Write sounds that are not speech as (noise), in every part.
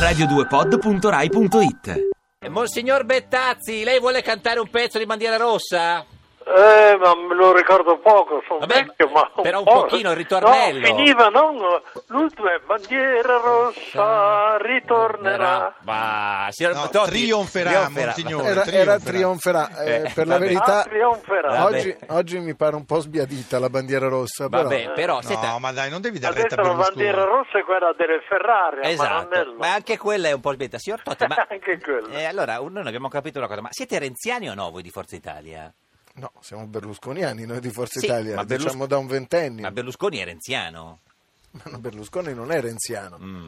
radio2pod.rai.it Eh, Monsignor Bettazzi, lei vuole cantare un pezzo di bandiera rossa? Eh, ma me lo ricordo poco, sono Vabbè, vecchio, ma un però un po'. pochino il ritornello. No, finiva, non l'ultima è bandiera rossa ritornerà. Ma, signor No, Totti, trionferà, monsignore. Era, trionferà. era trionferà, eh, Eh, per la vabbè. Ah, verità. trionferà. Vabbè. Oggi, oggi mi pare un po' sbiadita la bandiera rossa. Vabbè, però- però, senta, No, ma dai, non devi dare retta Adesso per la bandiera rossa è quella delle Ferrari, a esatto, Maranello. ma anche quella è un po' sbietta. Signor Totti, (laughs) ma... Anche quella. Eh, allora, un- noi non abbiamo capito una cosa, ma siete renziani o no voi di Forza Italia? No, siamo berlusconiani noi di Forza Sì, Italia, ma Berlus- diciamo da un ventennio. Ma Berlusconi è renziano. Ma no, Berlusconi non è renziano, Mm.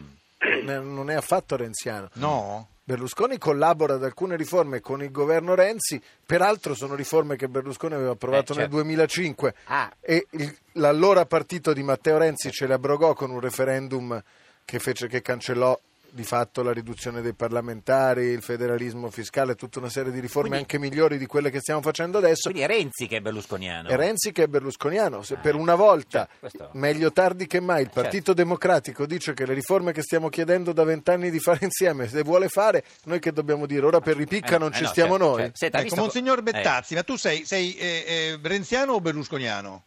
ne- non è affatto renziano. No? Berlusconi collabora ad alcune riforme con il governo Renzi, peraltro sono riforme che Berlusconi aveva approvato Eh, nel certo. 2005 Ah. e il- l'allora partito di Matteo Renzi ce le abrogò con un referendum che fece che cancellò di fatto la riduzione dei parlamentari, il federalismo fiscale, tutta una serie di riforme Quindi- anche migliori di quelle che stiamo facendo adesso. Quindi è Renzi che è berlusconiano. È Renzi che è berlusconiano, se per una cioè, volta, Ah, questo- Eh, certo. meglio tardi che mai, il Partito Democratico dice che le riforme che stiamo chiedendo da vent'anni di fare insieme, se vuole fare, noi che dobbiamo dire ora per ripicca Eh, non eh ci no, stiamo certo, noi? certo. Senta, ha ecco, visto- Monsignor eh, Bettazzi, ma tu sei, sei eh, eh, renziano o berlusconiano?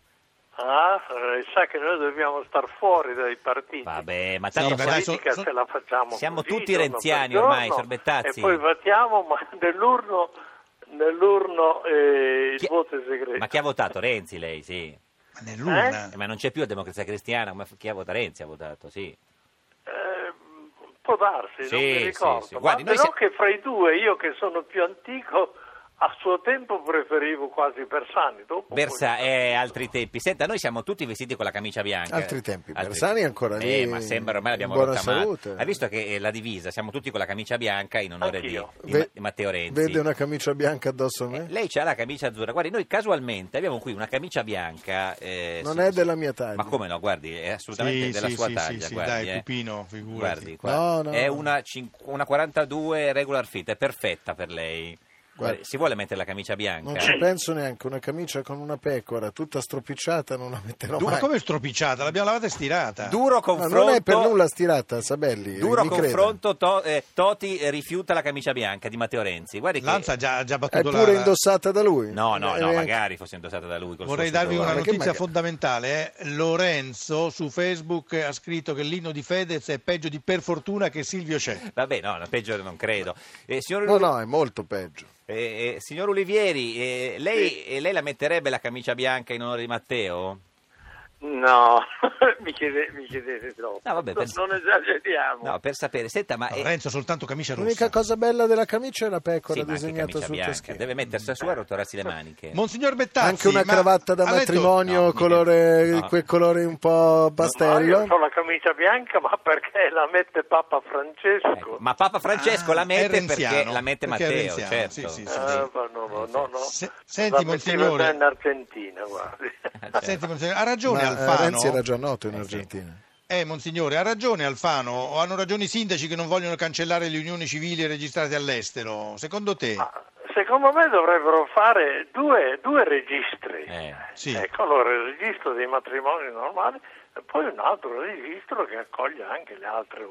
Ah, eh, sa che noi dobbiamo star fuori dai partiti. vabbè, ma La tanto Sì, siamo- ma dai, politica so- so- ce la facciamo siamo così, tutti giorno renziani per giorno, ormai, signor Bettazzi. E poi votiamo, (laughs) ma nell'urno, nell'urno eh, Chi- il voto è segreto. Ma chi ha votato? Renzi lei, sì. Ma nell'urna? Eh, Ma non c'è più la democrazia cristiana, come f- chi ha votato Renzi ha votato, sì. Eh, può darsi, Sì, non mi sì, ricordo. sì. Guardi, ma noi però se- che fra i due, io che sono più antico, a suo tempo preferivo quasi Bersani. Dopo Bersa poi- è altri tempi. Senta, noi siamo tutti vestiti con la camicia bianca. Altri tempi. Bersani è ancora lì, Eh, ma sembra ormai l'abbiamo in buona rottamata. salute. Ha visto che eh, la divisa, siamo tutti con la camicia bianca in onore di, Anch'io. di Ve- Ma- di Matteo Renzi. Vede una camicia bianca addosso a me? Eh, lei c'ha la camicia azzurra. Guardi, noi casualmente abbiamo qui una camicia bianca. eh, Non su- è della mia taglia. Ma come no, guardi, è assolutamente Sì, della sì, sua sì, taglia. sì, sì, guardi, dai, eh. Pupino, figurati. Guardi, qua. No, no, è no. Una, cin- una 42 regular fit, è perfetta per lei. Guardi. Eh, Si vuole mettere la camicia bianca? Non ci penso neanche, una camicia con una pecora, tutta stropicciata, non la metterò Tu- ma mai. come stropicciata? L'abbiamo lavata e stirata. Duro No, confronto. non è per nulla stirata, Sabelli. Duro mi creda. confronto, To- eh, Toti eh, rifiuta la camicia bianca di Matteo Renzi. Guardi che... Lanza ha già, ha già È battuto pure la... indossata da lui? No, no, Eh, no, anche- magari fosse indossata da lui. Col suo Vorrei darvi sudore. una Ma che notizia magari- fondamentale. eh. Lorenzo su Facebook ha scritto che l'inno di Fedez è peggio di Per fortuna che Silvio c'è. Vabbè, no, no, peggio non credo. Eh, signor, No, no, è molto peggio. eh, eh, signor Olivieri, eh, lei, eh, lei la metterebbe la camicia bianca in onore di Matteo? No, (laughs) mi, chiede- mi chiedete troppo. No, vabbè, per- Non esageriamo. No, per sapere. Senta, ma... No, eh, Lorenzo soltanto camicia rossa. L'unica cosa bella della camicia è la pecora sì, ma anche disegnata camicia sul bianca. taschino. Deve Ah, mettersi su e rotolarsi le maniche. Monsignor Bettazzi, Anche una ma- cravatta da ha letto- matrimonio, No, mica- colore, no. quel colore un po' Ma io pastello. ho la camicia bianca, ma perché la mette Papa Francesco? Ecco, ma Papa Francesco Ah, la è mette renziano, perché la mette perché è Matteo, renziano, certo. sì, sì, sì. Eh, ma no, no, no, no. Se- senti, la metteva Monsignore. già in Argentina, Eh, guardi. certo. Senti, monsignore, ha ragione Ma, eh, Alfano. Renzi era già noto in Argentina. Eh, monsignore, ha ragione Alfano. O hanno ragione i sindaci che non vogliono cancellare le unioni civili registrate all'estero. Secondo te? Ah, Secondo me dovrebbero fare due, due registri. Eh, sì. Ecco, allora il registro dei matrimoni normali e poi un altro registro che accoglie anche le altre,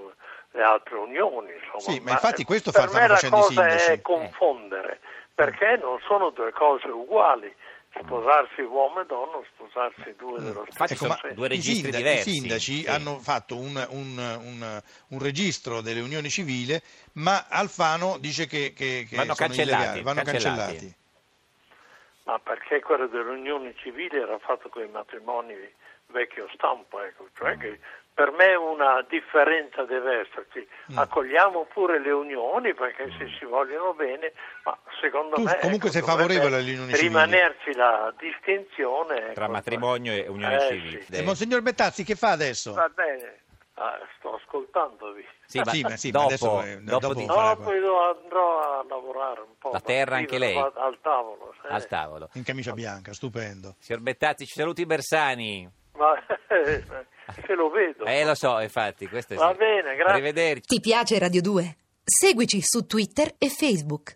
le altre unioni. Insomma. eh, Sì, ma infatti questo per fanno me la facendo i cosa sindaci. Eh. è confondere, perché non sono due cose uguali. Sposarsi uomo e donna, sposarsi due dello Infatti stesso Ecco, ma sesso. due i registri sindaci, diversi. i sindaci Sì. hanno fatto un, un- un- un registro delle unioni civili, ma Alfano dice che, che- che Vanno sono cancellati, illegali, vanno cancellati. cancellati. Ma perché quello dell'unione civile era fatto con i matrimoni vecchio stampo, ecco. Mm. cioè che per me è una differenza diversa. Sì, Mm. Accogliamo pure le unioni perché se si vogliono bene, ma secondo Tu me ecco, comunque sei dovrebbe favorevole alle unioni civili. Rimanerci la distinzione ecco, Tra matrimonio e unione Eh, civile. sì. E Monsignor Bettazzi che fa adesso? Va bene, Ah, sto ascoltandovi. Sì, ma, Sì, ma sì, ma dopo, adesso, eh, dopo dopo- di- No, No, poi lo andrò a lavorare un po'. La terra anche lei? Al tavolo. eh. sì. al tavolo. In camicia bianca, stupendo. Signor Bettazzi, ci saluti Bersani. Ma (laughs) se lo vedo. Eh, lo so, infatti, questo è Va bene, grazie. Arrivederci. Ti piace Radio 2? Seguici su Twitter e Facebook.